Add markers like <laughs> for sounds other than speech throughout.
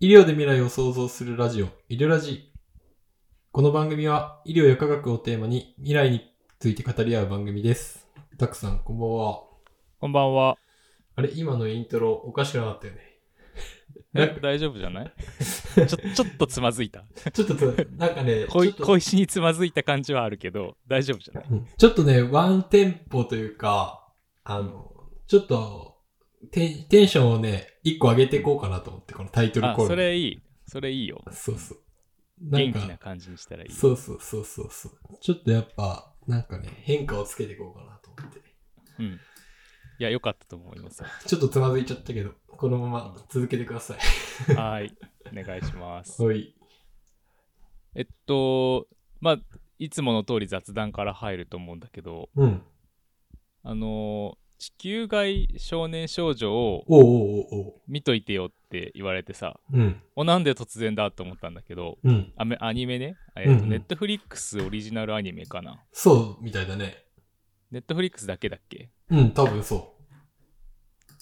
医療で未来を創造するラジオ、医療ラジ。この番組は医療や科学をテーマに未来について語り合う番組です。たくさん、こんばんは。こんばんは。あれ、今のイントロおかしくなかったよね。なえん大丈夫じゃない <laughs> ちょちょっとつまずいたか、ちょっとつ、なんか <laughs> ね、ちょ小っいと小石につまずいた感じはあるけど、大丈夫じゃないうんちょっとね、ワンテンポというか、あの、ちょっと、テンテンションをね、一個上げていこうかなと思って、このタイトルあ、コール。それいい。それいいよ。そうそう。なん元気か、な感じにしたらいい。そうそうそうそうそう。ちょっとやっぱ、なんかね、変化をつけていこうかなと思って。うん。いや、よかったと思い <laughs> ますよ。ちょっとつまずいちゃったけど、このまま続けてください。はーい。お願いします。はい。えっと、まあ、いつもの通り雑談から入ると思うんだけど、うん。あのー、地球外少年少女をおうおうおうおう。見といてよって言われてさ、うん。おなんで突然だと思ったんだけど、うん。アメアニメね、えっうと、んうんネットフリックスオリジナルアニメかな。そうみたいだね。ネットフリックスだけだっけうん、多分そ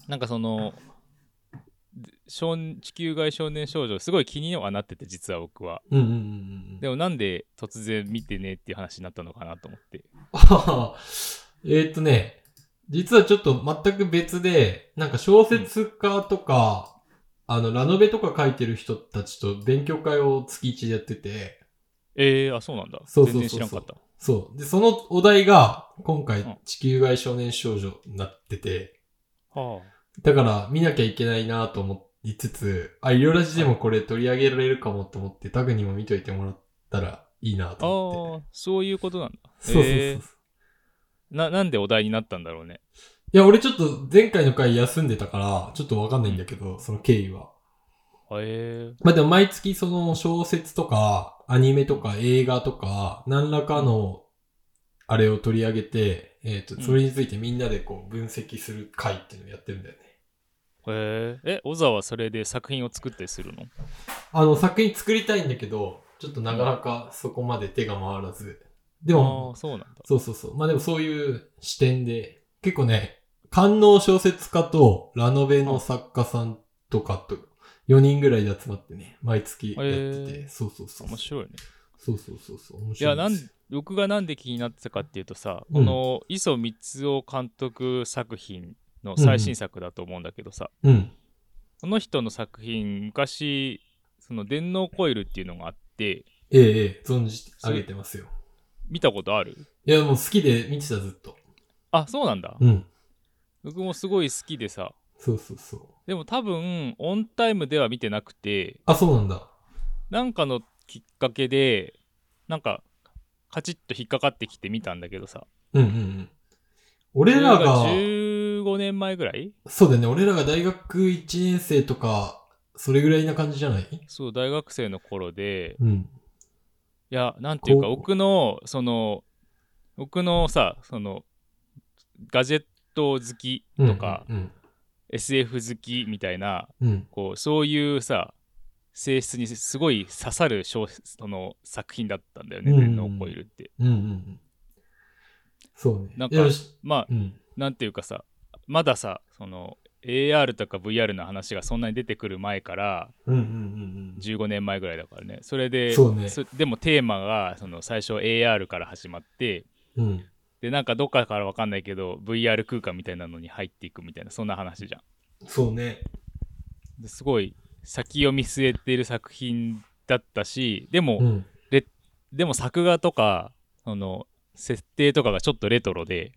なんかそので少地球外少年少女すごい気にはなってて実は僕はう。うんうんうんうん。でもなんで突然見てねっていう話になったのかなと思ってああ <laughs> えーっとね、実はちょっと全く別で、なんか小説家とか、あの、ラノベとか書いてる人たちと勉強会を月1でやってて、えー、あそうなんだそうそうそうそう全然知らんかったそう。で、そのお題が、今回うん、地球外少年少女になってて、はだから見なきゃいけないなと思いつつ、あ、いろラジでもこれ取り上げられるかもと思って、タグにも見といてもらったらいいなああと思って。ーそういうことなんだそうそうそうそう。えーななんでお題になったんだろうねいや、俺ちょっと前回の回休んでたから、ちょっとわかんないんだけど、その経緯は。へえまあでも毎月その小説とか、アニメとか映画とか、何らかの、あれを取り上げて、えっ、うんと、それについてみんなでこう分析する回っていうのをやってるんだよね。へーえ小沢はそれで作品を作ったりするのあの、作品作りたいんだけど、ちょっとなかなかそこまで手が回らず。でああもー、そうなんだそうそうそう。まあでもそういう視点で、結構ね、官能小説家とラノベの作家さんとかと4人ぐらいで集まってね、毎月やってて、へーそうそうそう。面白いねそうそうそうそう。面い白やいでなんす僕がなんで気になってたかっていうとさ、うんこの磯光雄監督作品の最新作だと思うんだけどさ、うん。この人の作品昔その電脳コイルっていうのがあってええええ、存じ上げてますよ。見たことあるいや、もう好きで見てたずっと。あそうなんだ、うん。僕もすごい好きでさそうそうそう。でも多分オンタイムでは見てなくてあ、そうなんだ。なんかのきっかけでなんかカチッと引っかかってきて見たんだけどさうんうんうん。俺らそれが、 15年前ぐらいそうだよね。俺らが大学1年生とか、それぐらいな感じじゃないそう大学生の頃でうん。いや、なんていうか、こう僕の、その、僕のさ、その、ガジェット好きとか、うん。 SF 好きみたいな、うん。こう、そういうさ、性質にすごい刺さる小その作品だったんだよね、うん電脳コイルって。うんうんうん。そうね。なんかいやしまあ、うん。なんていうかさ、まださ、その、AR とか VR の話がそんなに出てくる前からうんうんうん15年前ぐらいだからねそれでそうねそでもテーマがその最初 AR から始まってうん。うん。でなんかどっかからわかんないけど VR 空間みたいなのに入っていくみたいなそんな話じゃんそうね。ですごい先を見据えてる作品だったしでも、うん。でも作画とかその設定とかがちょっとレトロで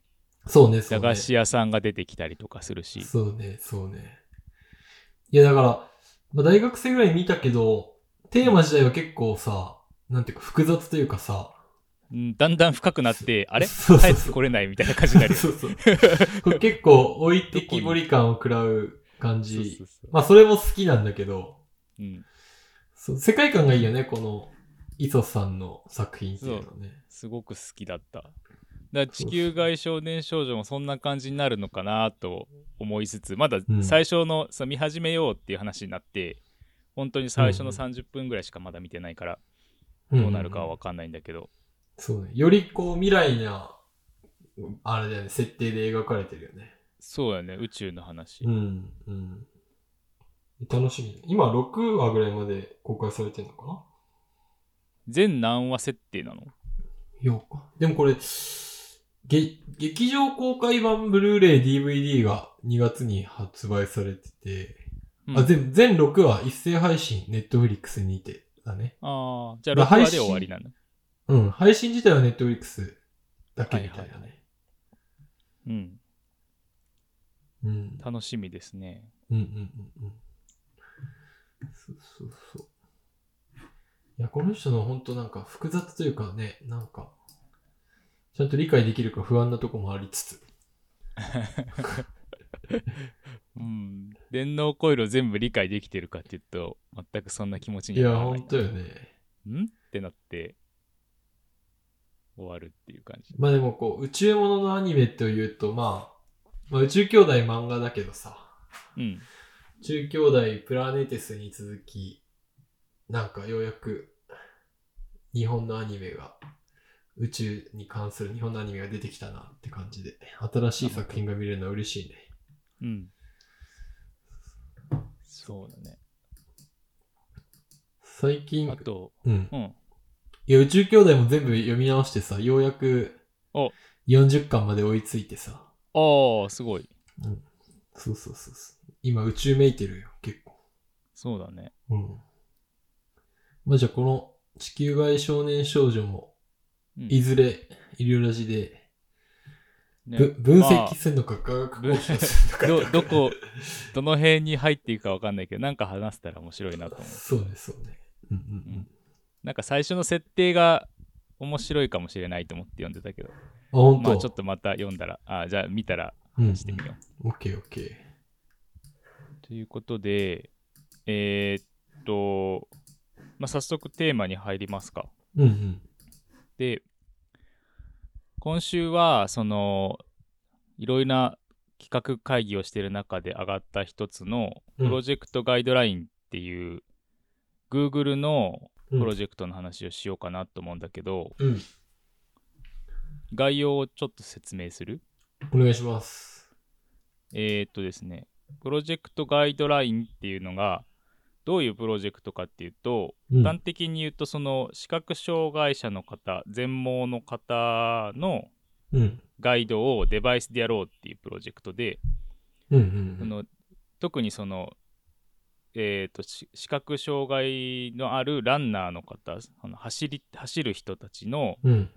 そうね、そ駄うね。菓子屋さんが出てきたりとかするしそうね、そうね。いや、だから、まあ、大学生ぐらい見たけど、テーマ自体は結構さ、なんていうか複雑というかさ、うんだんだん深くなってあれそう帰そうってそう。これないみたいな感じになるよそうそう。これ結構置いてきぼり感を食らう感そ <laughs> うじそう。そうまあ、それも好きなんだけど、うんそう世界観がいいよね、この、磯さんの作品っていうのはね。すごく好きだっただから地球外少年少女もそんな感じになるのかなと思いつつまだうん最初の、さ見始めようっていう話になって本当に最初うのん30分ぐらいしかまだ見てないからんどうなるかは分かんないんだけど、そうね。よりこう、未来な、あれだよね、設定で描かれてるよね。そうだね宇宙の話、うん、うん。楽しみ。今6話ぐらいまで公開されてんのかな全何話設定なのようか。でもこれ、げ劇場公開版ブルーレイ DVD が2月に発売されてて、うんあ全全6話一斉配信、ネットフリックスにて、だね。ああ、じゃあまあ6話配で信終わりなの。うん、配信自体はネットフリックスだけみたいなね。うん。うん。楽しみですね。うんうんうんうん。そうそうそう。いや、この人の本当なんか複雑というかね、なんか、ちゃんと理解できるか不安なとこもありつつ。うん。電脳コイルを全部理解できてるかっていうと、全くそんな気持ちいにはや、ならない。本当よね。んってなって、終わるっていう感じ。まあでもこう、宇宙もののアニメというと、まあ、まあ宇宙兄弟漫画だけどさ、うん。宇宙兄弟プラネテスに続き、なんかようやく日本のアニメが、宇宙に関する日本のアニメが出てきたなって感じで、新しい作品が見れるのは嬉しいね。うん。そうだね。最近あ、と、うん。うん。いや、宇宙兄弟も全部読み直してさ、ようやくお40巻まで追いついてさ、ああ、すごい。そうそうそうそう。今宇宙めいてるよ、結構。そうだね。うん。まあ、じゃあこの地球外少年少女も、うんいずれ、医療ラジで、ねぶ分ま析するのか、科学交渉するのかあど、 <laughs> どこ、どの辺に入っていくかわかんないけど、なんか話せたら面白いなと思う。そうね、そうね。うんうんなんか最初の設定が面白いかもしれないと思って読んでたけど、うん。あ、本当。まあちょっとまた読んだら、あじゃあ見たらうん、うんしてみよう。オッケーオッケー。ということで、えーっと、まあ、早速テーマに入りますか。うんうん。で、今週は、その、いろいろな企画会議をしている中で上がった一つの、うんプロジェクトガイドラインっていう、Google のうんプロジェクトの話をしようかなと思うんだけど、うん。概要をちょっと説明するお願いします。えーっとですね、プロジェクトガイドラインっていうのが、どういうプロジェクトかっていうと、うん。端的に言うと、その視覚障害者の方、全盲の方のうん。ガイドをデバイスでやろうっていうプロジェクトで、うんうそんの特にその、えー、とし視覚障害のあるランナーの方、その走り走る人たちの、うん。うん。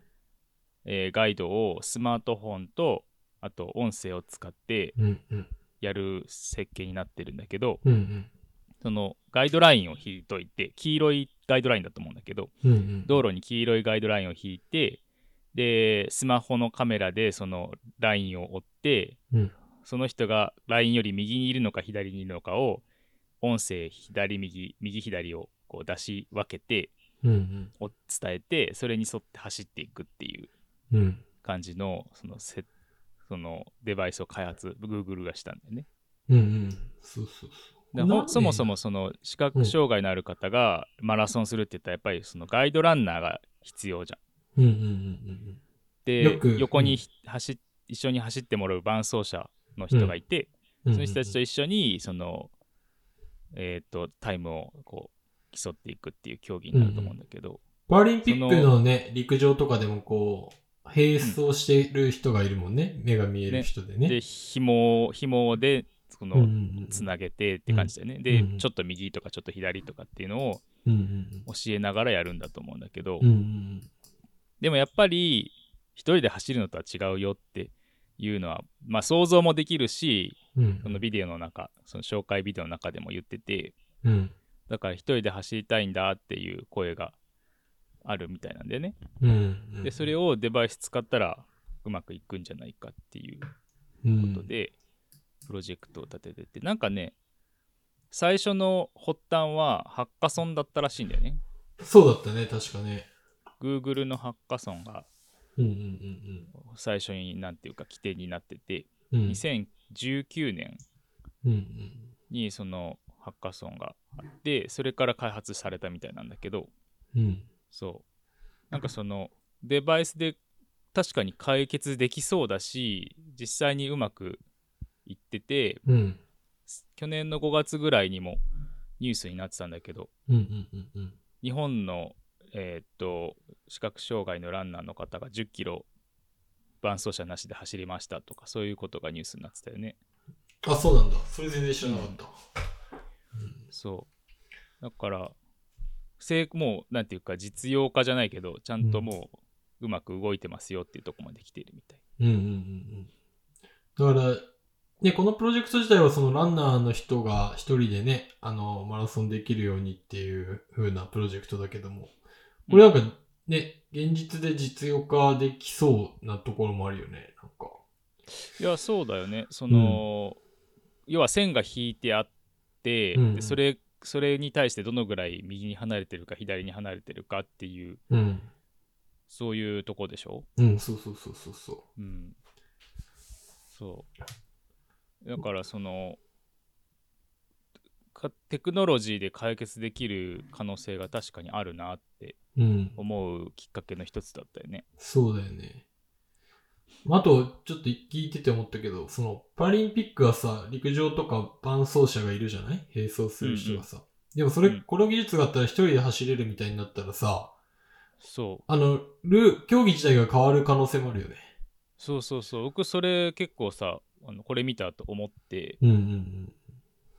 えーガイドをスマートフォンと、あと音声を使ってうんうん。やる設計になってるんだけど、うんうん。そのガイドラインを引いといて、黄色いガイドラインだと思うんだけど、うんうん。道路に黄色いガイドラインを引いてでスマホのカメラでそのラインを追って、うんその人がラインより右にいるのか左にいるのかを音声左右右左をこう出し分けてうんうん。お伝えてそれに沿って走っていくっていううん。感じのそのせそのデバイスを開発 Google がしたんだよね。うんうん。そうそうそう。だからほそもそもその視覚障害のある方がマラソンするって言ったらやっぱりそのガイドランナーが必要じゃうん。んうんうんでよく横にひ走っ一緒に走ってもらう伴走者の人がいて、うんうん。その人たちと一一緒にその、えー、とタイムをこう競っていくっていう競技になると思うんだけど、パラリンピックのね、陸上とかでもこう、並走してる人がいるもんね。目が見える人でね。で紐を紐でそうんうんのうん、つなげてって感じだよね、うでんうんちょっと右とかちょっと左とかっていうのをうんうん教えながらやるんだと思うんだけど、うん。うんうんでもやっぱり一人で走るのとは違うよっていうのは、まあ、想像もできるしうん。うんそのビデオの中その紹介ビデオの中でも言ってて、うん。だから一人で走りたいんだっていう声があるみたいなんでね。うんうん。で、それを、をデバイス使ったらうまくいくんじゃないかっていううことん、で、プロジェクトを立ててて、なんかね、最初の発端はハッカソンだったらしいんだよね。そうだったね、確かね。 Google のハッカソンがうんうん最初になんていうか規定になってて、うんうん。 2019年うんうんにそのハッカソンがあって、それから開発されたみたいなんだけど、うん。そう。なんかそのデバイスで確かに解決できそうだし実際にうまくいっててうん。去年の5月ぐらいにもニュースになってたんだけど、うんうんうんうん。日本の、えーっと視覚障害のランナーの方が10キロ伴走者なしで走りましたとかそういうことがニュースになってたよね。あ、そうなんだ。それ全然知らなかった。そうだから成もうなんていうか実用化じゃないけどちゃんともううまく動いてますよっていうところまで来ているみたい。うんうんうんうん。だから、ね、このプロジェクト自体はそのランナーの人が一人でね、あの、マラソンできるようにっていう風なプロジェクトだけども、これなんかね、現実で実用化できそうなところもあるよね、なんか。いやそうだよねその、要は線が引いてあって、うんでそれそれに対してどのぐらい右に離れてるか左に離れてるかっていううん。そういうとこでしょ、うん、そうそうそうそうそう。うん、そうだからそのかテクノロジーで解決できる可能性が確かにあるなってうん。思うきっかけの一つだったよね。そうだよね。まああと、ちょっと聞いてて思ったけど、その、パラリンピックはさ、陸上とか伴走者がいるじゃない並走する人がさ。でもそれ、うんこの技術があったら一人で走れるみたいになったらさ、そうあの、ルー、競技自体が変わる可能性もあるよね。そうそうそう僕それ結構さあのこれ見たと思ってうんうん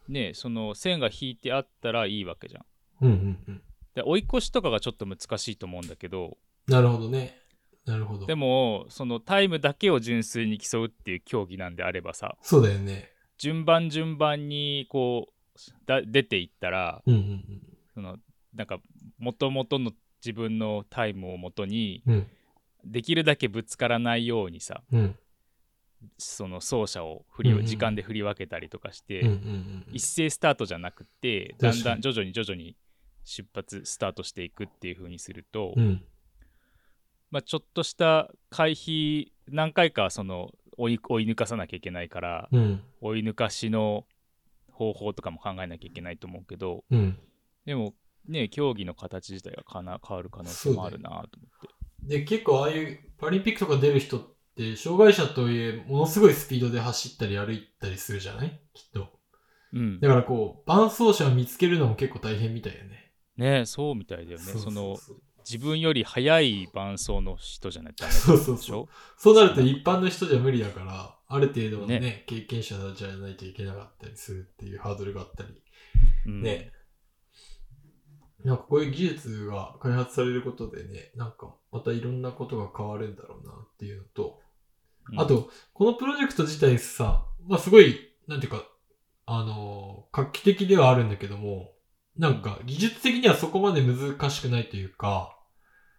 ねその線が引いてあったらいいわけじゃん。うん。うんうんうん。で追い越しとかがちょっと難しいと思うんだけどなるほどね。なるほど。でもそのタイムだけを純粋に競うっていう競技なんであればさそうだよね。順番順番にこうだ出ていったらうんそのなんか元々の自分のタイムをもとにうんうん。できるだけぶつからないようにさうん。うん。その走者を振りうんうをん時間で振り分けたりとかして、うんうんうんうん。一斉スタートじゃなくて確かだにんだん徐々に徐々に出発スタートしていくっていう風にすると、うん。まあ、ちょっとした回避何回かその追い追い抜かさなきゃいけないから、うん。追い抜かしの方法とかも考えなきゃいけないと思うけど、うん。でもね、競技の形自体がかな変わる可能性もあるなと思って。で、結構ああいうパラリンピックとか出る人って、障害者とはいえ、ものすごいスピードで走ったり歩いたりするじゃないきっと。うんだ、からこう、伴走者を見つけるのも結構大変みたいよね。ねそうみたいだよね。うそうのう自分より速い伴走の人じゃないとダメだそうそうでしそうょ。。そうなると一般の人じゃ無理だから、ある程度のね、ね経験者じゃないといけなかったりするっていうハードルがあったり。うんね。なんかこういう技術が開発されることでね、なんかまたいろんなことが変わるんだろうなっていうのと、うんあと、このプロジェクト自体さ、まあすごい、なんていうか、あのー画期的ではあるんだけども、なんか技術的にはそこまで難しくないというか、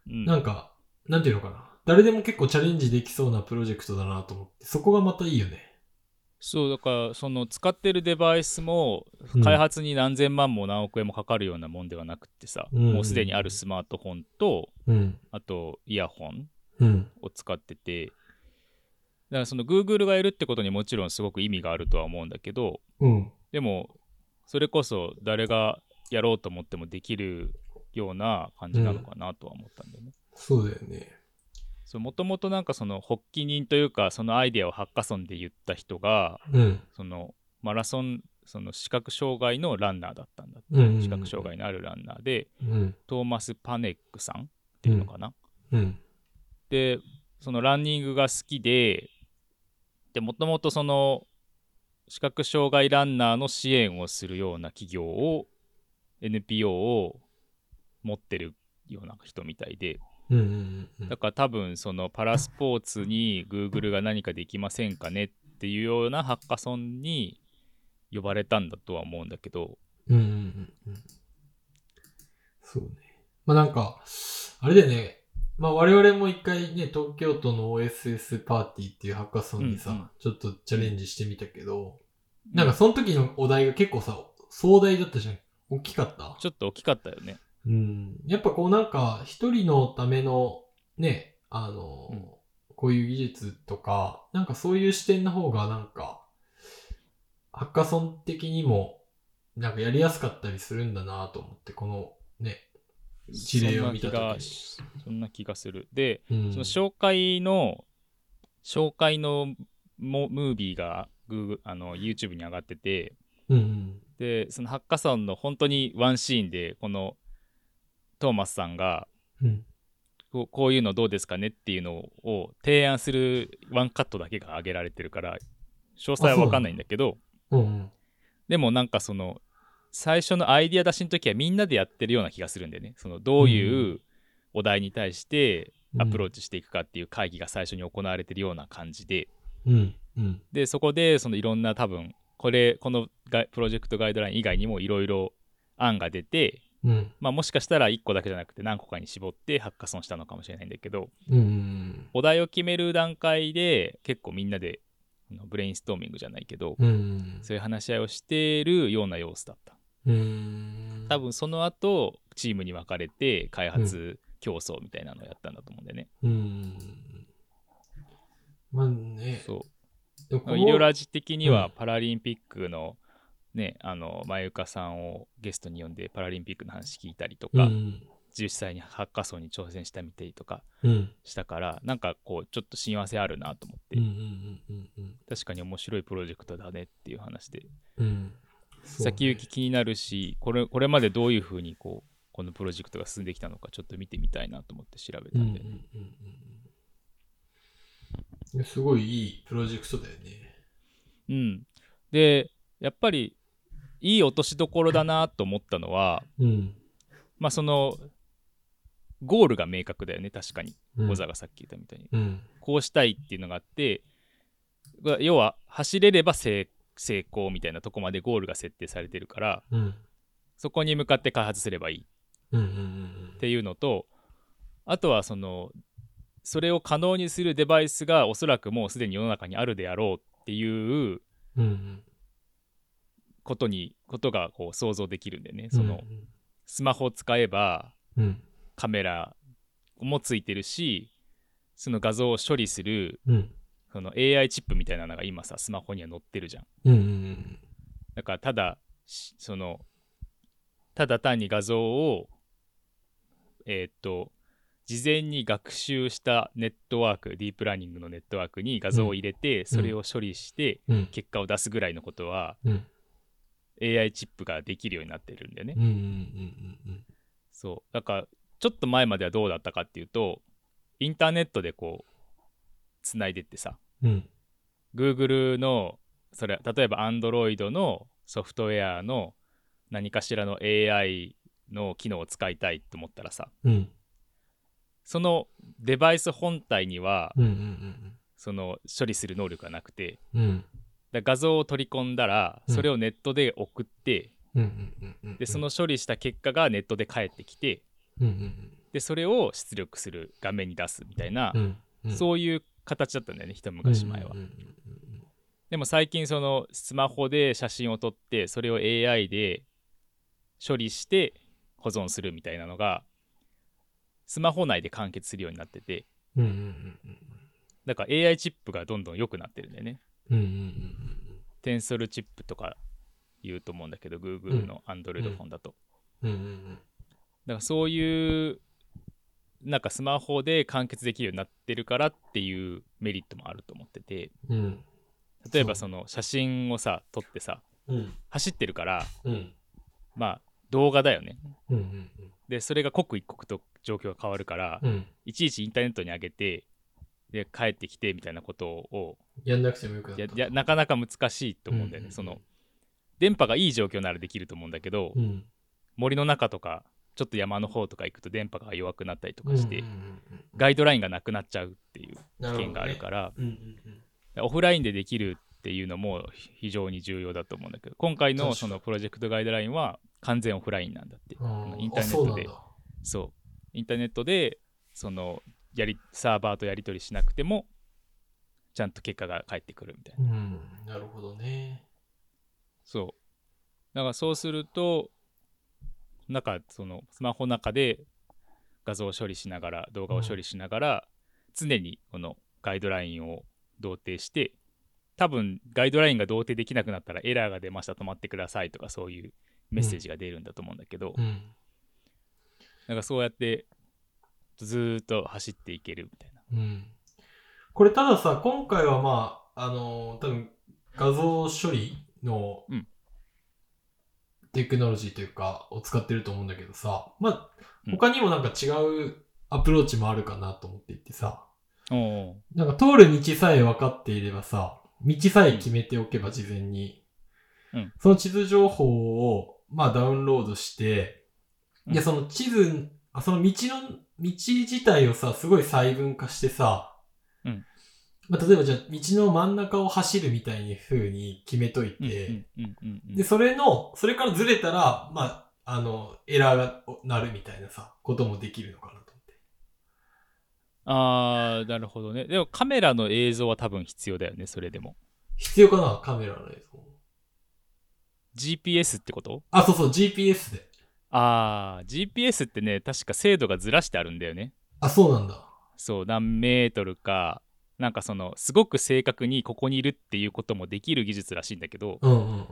うんなんか、なんていうのかな。誰でも結構チャレンジできそうなプロジェクトだなと思って、そこがまたいいよね。そう、だから、その使ってるデバイスもうん、開発に何千万も何億円もかかるようなもんではなくってさ、うんもうすでにあるスマートフォンと、うん。あとイヤホンうん。を使ってて、だからその Google がいるってことにもちろんすごく意味があるとは思うんだけど、うん。でもそれこそ誰がやろうと思ってもできるような感じなのかなとは思ったんだよね。そうだよね。そうもともとなんかその発起人というかそのアイデアをハッカソンで言った人がうん。そのマラソンその視覚障害のランナーだったんだうんうんうん視覚障害のあるランナーでうん。トーマス・パネックさんっていうのかな、うん。でそのランニングが好きででもともとその視覚障害ランナーの支援をするような企業を NPO を持ってるような人みたいでうん。うん。うんだから多分そのパラスポーツに Google が何かできませんかねっていうようなハッカソンに呼ばれたんだとは思うんだけどうんうんうんうん。そうね。まあなんか、あれだよね。まあ我々も一回ね、東京都の OSS パーティーっていうハッカソンにさ、うんうんちょっとチャレンジしてみたけど、なんかその時のお題が結構さ、壮大だったじゃん。大きかったちょっと大きかったよね。うん。やっぱこうなんか、一人のための、ね、あの、うんこういう技術とか、なんかそういう視点の方がなんか、ハッカソン的にも、なんかやりやすかったりするんだなと思って、このね、一例を見たそんな気が時に。しそんな気がする。でうんその紹介の紹介のもムービーが Google あの YouTube に上がっててうんでそのハッカソンの本当にワンシーンでこのトーマスさんがうん。こうこういうのどうですかねっていうのを提案するワンカットだけが挙げられてるから詳細は分かんないんだけどうんうん。でもなんかその最初のアイディア出しの時はみんなでやってるような気がするんだよねそのどういうお題に対してアプローチしていくかっていう会議が最初に行われてるような感じでうん。うん。でそこでそのいろんな多分これこのガイプロジェクトガイドライン以外にもいろいろ案が出て、うん。まあ、もしかしたら1個だけじゃなくて何個かに絞ってハッカソンしたのかもしれないんだけどうん。お題を決める段階で結構みんなであのブレインストーミングじゃないけど、うん。そういう話し合いをしているような様子だったうん。多分その後チームに分かれて開発競争みたいなのをやったんだと思うんだよね、うん。まあね。そうでもこの医療ラジ的にうはんパラリンピックのねあの前ゆかさんをゲストに呼んでパラリンピックの話聞いたりとうか、ん。実際にハッカソンに挑戦したみたりとかうん。したからなんかこうちょっと親和性あるなと思って、うん。うん。うん。うん。確かに面白いプロジェクトだねっていう話でうん。先行き気になるしこれこれまでどういうふうにこうこのプロジェクトが進んできたのかちょっと見てみたいなと思って調べうたんうんんうんで、うんうん。すごいいいプロジェクトだよね。うんでやっぱりいい落としどころだなと思ったのはうん。まあそのゴールが明確だよね確かにうん小沢がさっき言ったみたいに、うん。こうしたいっていうのがあって要は走れれば成成功みたいなとこまでゴールが設定されてるからうん。そこに向かって開発すればいいうん。うん。うんっていうのとあとはそのそれを可能にするデバイスがおそらくもうすでに世の中にあるであろうっていううん。うん。ことにことがこう想像できるんでねその、スマホを使えばうん。カメラもついてるしその画像を処理するうん。その AI チップみたいなのが今さスマホには載ってるじゃんうん。うん。だからただしそのただ単に画像をえーっと事前に学習したネットワークディープラーニングのネットワークに画像を入れて、それを処理してうん。うん。結果を出すぐらいのことはうん AI チップができるようになってるんだよね、うん。うん。うん。そうだからちょっと前まではどうだったかっていうとインターネットでこうつないでってさうん。うん。 Google のそれ例えば Android のソフトウェアの何かしらの AI の機能を使いたいと思ったらさうん。そのデバイス本体にはうん。うん。その処理する能力がなくてうん。だ画像を取り込んだらうんそれをネットで送って、うん。でその、処理した結果がネットで返ってきてうん。うん。でそれを出力する画面に出すみたいな、うん。う、そういう形だったんだよね一昔前は。。でも最近そのスマホで写真を撮ってそれを AI で処理して保存するみたいなのがスマホ内で完結するようになっててうん。うん。だから AI チップがどんどん良くなってるんだよねうん。うん。テンソルチップとか言うと思うんだけど Google の Android フォンだと、うん。うん。だからそういうなんかスマホで完結できるようになってるからっていうメリットもあると思っててうん。例えばその写真をさ撮ってさうん。走ってるからうん。まあ動画だよねうん。うん。でそれが刻一刻と状況が変わるから、うん。いちいちインターネットに上げてで帰ってきてみたいなことをやんなくてもよくなった。ややなかなか難しいと思うんだよね、うんその電波がいい状況ならできると思うんだけど、うん。森の中とかちょっと山の方とか行くと電波が弱くなったりとかして、うんうんガイドラインがなくなっちゃうっていううんうん、危険があるから、なほどね。うんうんオフラインでできるっていうのも非常に重要だと思うんだけど今回確かのにそのプロジェクトガイドラインは完全オフラインなんだってうん、インターネットであそそうインターネットでそのやりサーバーとやり取りしなくてもちゃんと結果が返ってくるみたいうななんだ。うん、なるほどね。そうだからそうするとなんかそのスマホの中で画像を処理しながら動画を処理しながら、常にこのガイドラインを同定して多分ガイドラインが同定できなくなったらエラーが出ました止まってくださいとかそういうメッセージが出るんだと思うんだけど、うん。なんかそうやってずーっと走っていけるみたいな。うん。これたださ、今回はまあ、あのー多分画像処理の、うんテクノロジーというか、を使ってると思うんだけどさ、まうあ、ん他にもなんか違うアプローチもあるかなと思っていてさ、おうなんか通る道さえ分かっていればさ、道さえ決めておけば事前に、うんその地図情報を、まあダウンロードして、うんで、その地図、あその道の、道自体をさ、すごい細分化してさ、うんまあ例えばじゃあ道の真ん中を走るみたいに風に決めといて、うんうんうんうんうんで、それの、それからずれたら、まあ、あの、エラーがなるみたいなさ、こともできるのかなと思って。あーなるほどねでもカメラの映像は多分必要だよねそれでも必要かなカメラの映像。 GPS ってことあ、そうそう、GPS で。あー GPS ってね確か精度がずらしてあるんだよねあ、そうなんだ。そう何メートルかなんかそのすごく正確にここにいるっていうこともできる技術らしいんだけどうんうんうん。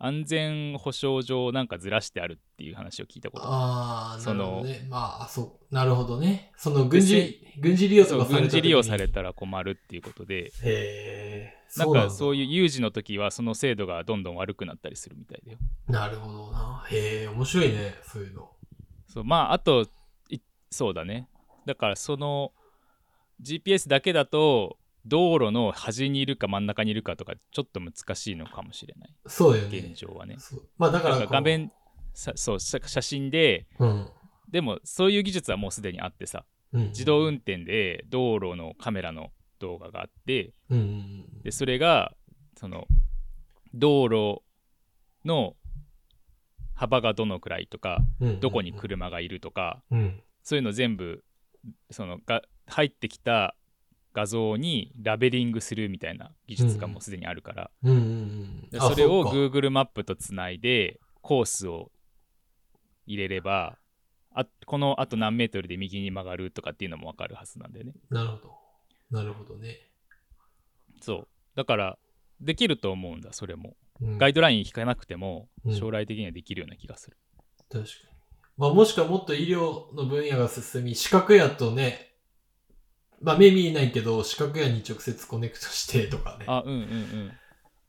安全保障上なんかずらしてあるっていう話を聞いたことああ、なそるのほどね。まああ、そう。なるほどね。その軍事、軍事利用とそうかされた軍事利用された。たら困るっていうことでへえ。なんかそういうう有事の時はその制度がどんどん悪くなったりするみたいだよなんだ。なるほどな。へえ、面白いね。そういうの。そうまああといそうだねだからその GPS だけだと道路の端にいるか真ん中にいるかとかちょっと難しいのかもしれないそうだよね。現状はねそうまあ、だだかからら画面さそう写写真でこう、うん。でもそういう技術はもうすでにあってさうん、自動運転で道路のカメラの動画があってうんうんでそれがその道路の幅がどのくらいとかうん。うんどこに車がいるとかうん。そういうの全部そのが入ってきた画像にラベリングするみたいな技術がもうすでにあるから、うんうんうん。でそれをあうか Google マップとつないでコースを入れればあこのあと何メートルで右に曲がるとかっていうのも分かるはずなんだよねなるほど。なるほどね。そうだからできると思うんだそれもうんガイドライン引かなくてもうん将来的にはできるような気がする、確かに。まあ、もしくはもっと医療の分野が進み、視覚やとね、まあ目見えないけど、視覚やに直接コネクトしてとかね。あうんうんうん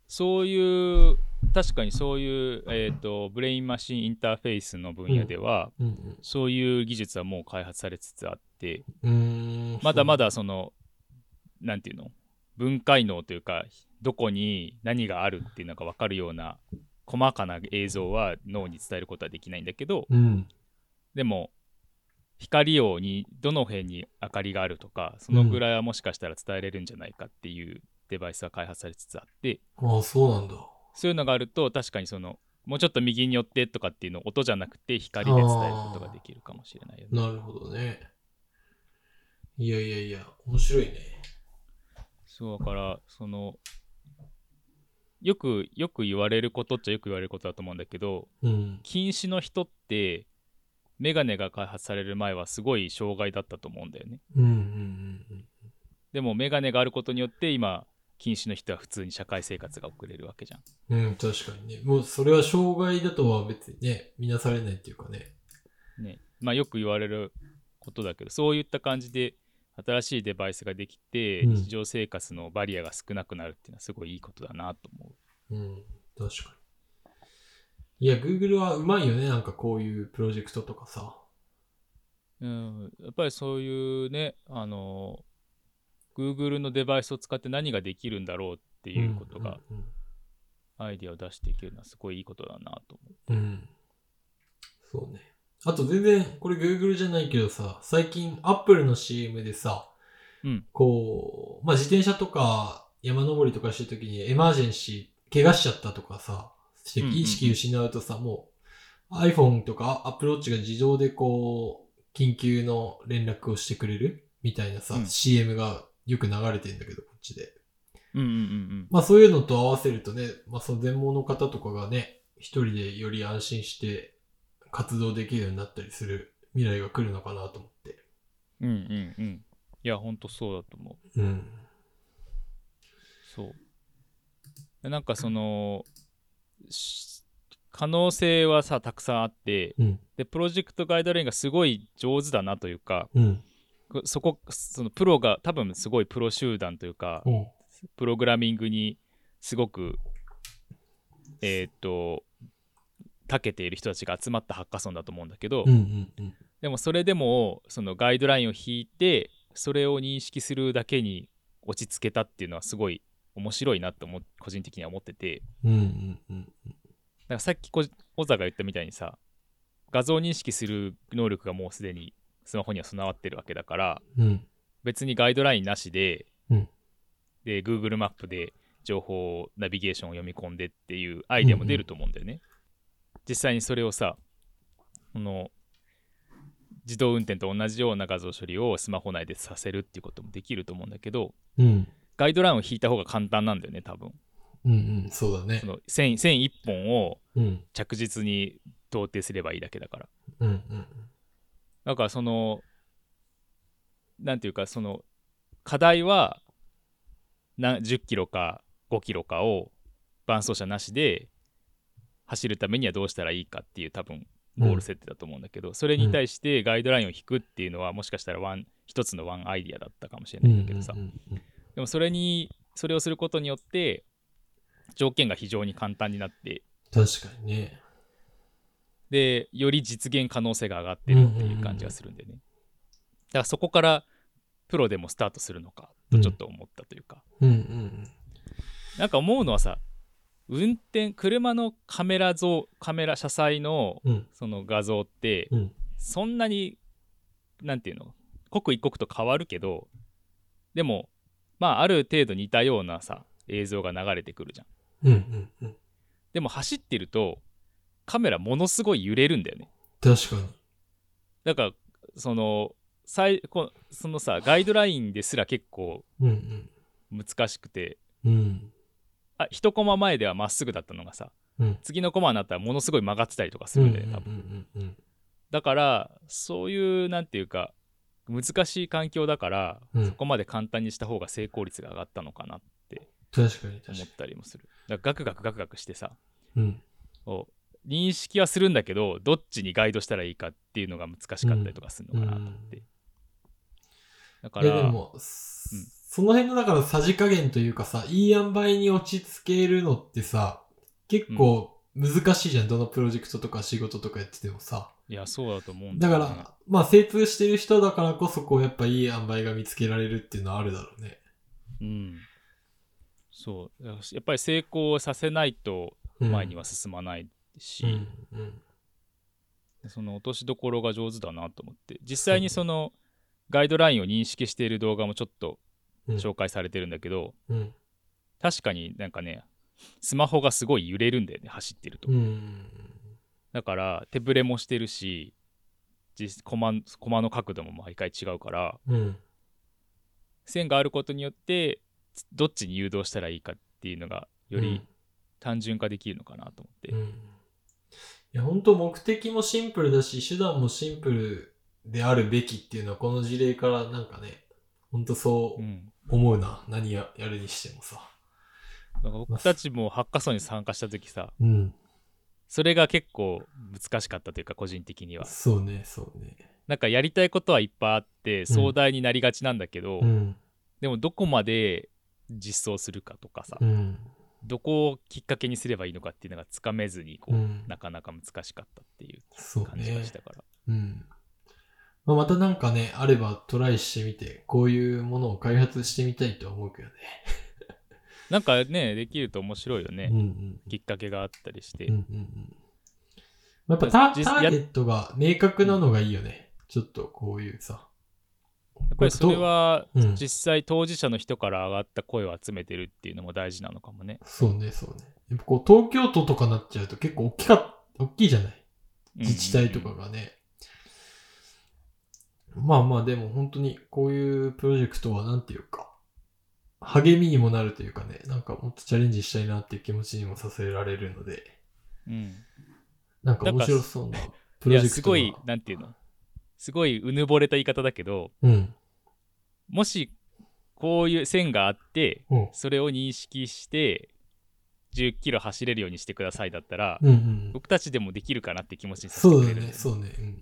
そういう確かにそういう、えー、とブレインマシンインターフェイスの分野では、うんそういう技術はもう開発されつつあってうん。うーんまだまだ。だそのなんていうの分解能というかどこに何があるっていうのが分かるような細かな映像は脳に伝えることはできないんだけどうん。でも光をにどの辺に明かりがあるとかそのぐらいはもしかしたら伝えれるんじゃないかっていうデバイスは開発されつつあって、ああ、そうなんだ。そういうのがあると確かにそのもうちょっと右に寄ってとかっていうのを音じゃなくて光で伝えることができるかもしれないよね。なるほどね。いやいやいや、面白いね。そうだからそのよくよく言われることっちゃよく言われることだと思うんだけどうん。近視の人ってメガネが開発される前はすごい障害だったと思うんだよね。うんうんうんうん。でもメガネがあることによって今近視の人は普通に社会生活が送れるわけじゃん。うん、確かにね。もう、それは障害だとは別にね、見なされないっていうかね。ねまあ、よく言われることだけどそういった感じで新しいデバイスができて、うん日常生活のバリアが少なくなるっていうのはすごいいいことだなと思う。うん、確かに。いや、Google はうまいよね。なんかこういうプロジェクトとかさ。うん、やっぱりそういうねあの Google のデバイスを使って何ができるんだろうっていうことが、アイディアを出していけるのはすごいいいことだなと思う。うん。うんうんそうね。あと全然、これ Google じゃないけどさ、最近 Apple の CM でさ、うんこう、まあ、自転車とか山登りとかしてるときにエマージェンシー、怪我しちゃったとかさ、してうんうんうん意識失うとさ、もう iPhone とか Apple Watch が自動でこう、緊急の連絡をしてくれるみたいなさ、うん CM がよく流れてんだけど、こっちで。うんうんうんまあそういうのと合わせるとね、まあその全盲の方とかがね、一人でより安心して活動できるようになったりする未来が来るのかなと思って。うんうんうんうんいやほんとそうだと思う。うん。そうでなんかそのし可能性はさたくさんあってうん。でプロジェクトガイドラインがすごい上手だなというかうん。こそこそのプロが多分すごいプロ集団というかうん。プログラミングにすごくえーっと長けている人たちが集まったハッカソンだと思うんだけど、うんうんうん。でもそれでもそのガイドラインを引いてそれを認識するだけに落ち着けたっていうのはすごい面白いなと思個人的には思っててうんうんうん。だからさっきこ小沢が言ったみたいにさ画像認識する能力がもうすでにスマホには備わってるわけだからうん。別にガイドラインなしで、うんで Google マップで情報をナビゲーションを読み込んでっていうアイデアも出ると思うんだよね、実際にそれをさこの自動運転と同じような画像処理をスマホ内でさせるっていうこともできると思うんだけどうん。ガイドラインを引いた方が簡単なんだよね多分うんうん。そうだねそ。の線線1本をうん。着実に同定すればいいだけだからうんうん。なんかそのなんていうかその課題はな10キロか5キロかを伴走者なしで走るためにはどうしたらいいかっていう多分ゴール設定だと思うんだけど、それに対してガイドラインを引くっていうのはもしかしたらワン一つのワンアイディアだったかもしれうないんんうんだけどさ、うんでもそれにそれをすることによって条件が非常に簡単になって確かにね。でより実現可能性が上がってるっていう感じがするんでね、だからそこからプロでもスタートするのかとちょっと思ったというか、うんうんなんか思うのはさ運転車のカメラ像カメラ車載のうん。その画像ってうん。そんなになんていうの刻一刻と変わるけどでもまあある程度似たようなさ映像が流れてくるじゃんうんうんうん。でも走ってるとカメラものすごい揺れるんだよね確かに。だからその最こそのさガイドラインですら結構うん難しくてうん。うん。あ1コマ前ではまっすぐだったのがさうん。次のコマになったらものすごい曲がってたりとかすうんるうんんだよね多分、うんうん。だからそういうなんていうか難しい環境だから、うんそこまで簡単にした方が成功率が上がったのかなって確かに確思かったりもするだからガクガクガクガクしてさに。うん。こう認識はするんだけどどっちにガイドしたらいいかっていうのが難しかったりとかするのかなと思って、うんだかえらでも、その辺のだからさじ加減というかさ、いい塩梅に落ち着けるのってさ、結構難しいじゃん。どのプロジェクトとか仕事とかやっててもさ。いやそうだと思うんだよかねら、まあ精通してる人だからこそ、こうやっぱいい塩梅が見つけられるっていうのはあるだろうね。うん、そうだからやっぱり成功させないとうん前には進まないし、うんうんその落としどころが上手だなと思って実際にそのガイドラインを認識している動画もちょっとうん紹介されてるんだけど、うん確かになんかねスマホがすごい揺れるんだよね走ってると、うんだから手ぶれもしてるし実コマコマの角度も毎回違うからうん線があることによってどっちに誘導したらいいかっていうのがより単純化できるのかなと思ってう、んいや本当目的もシンプルだし手段もシンプルであるべきっていうのはこの事例からなんかね本当そうん、う思うな、何ややるにしてもさだから僕たちもハッカソンに参加した時さうんそれが結構難しかったというか個人的にはそうねそうねなんかやりたいことはいっぱいあって壮大になりがちなんだけど、うんでもどこまで実装するかとかさ、うんどこをきっかけにすればいいのかっていうのがつかめずにこうう、んなかなか難しかったっていうそう感じがねしたから、うんまあ、またなんかねあればトライしてみてこういうものを開発してみたいとは思うけどねなんかねできると面白いよね、うんうんきっかけがあったりして、うんうんうんやっぱタタ実ーゲットが明確なのがいいよね。ちょっとこういうさ。やっぱりそれはこれどううん実際当事者の人から上がった声を集めてるっていうのも大事なのかもね。そうね、そうね。やっぱこう東京都とかなっちゃうと結構大きか大きいじゃない自治体とかがね。まあまあでも本当にこういうプロジェクトはなんていうか、励みにもなるというかね、なんかもっとチャレンジしたいなっていう気持ちにもさせられるので、うんうんうん。なんか面白そうなプいロやジェクトがすごい、なんていうのすごいうぬぼれた言い方だけどうん。もしこういう線があってうん。それを認識して10キロ走れるようにしてくださいだったら、うんうん。僕たちでもできるかなって気持ちにさせてそうくだれる、ね、そうね。うんうん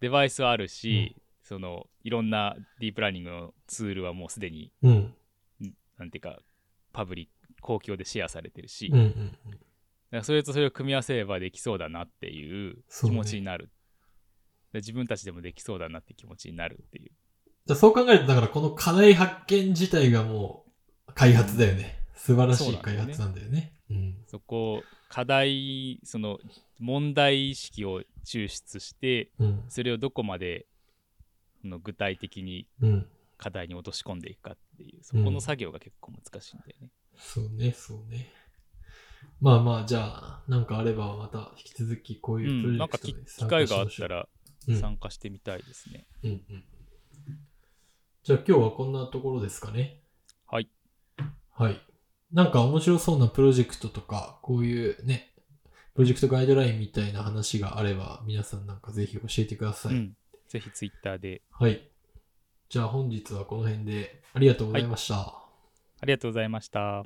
デバイスはあるし、そのいろんなディープラーニングのツールはもうすでにうん。なんていうかパブリック公共でシェアされてるし、うんうんからそれとそれを組み合わせればできそうだなっていう気持ちになる。で自分たちでもできそうだなって気持ちになるっていう。じゃあそう考えると、だからこの課題発見自体がもう開発だよね。素晴らしい開発なんだよね。うん。そこ、課題、その問題意識を抽出して、うん。それをどこまでその具体的にうん。課題に落とし込んでいくかっていう、そこの作業が結構難しいんだよね。そうね、そうね。まあまあ、じゃあ、なんかあればまた引き続きこういうプロうん、ジなェんかクトきに機参加会しがあっましょたうらうん参加してみたいですね。うんうん。じゃあ今日はこんなところですかね。はい。はい。なんか面白そうなプロジェクトとか、こういうね、プロジェクトガイドラインみたいな話があれば、皆さんなんかぜひ教えてください。うん、ぜひツイッターではい。じゃあ本日はこの辺でありがとうございました。ありがとうございました。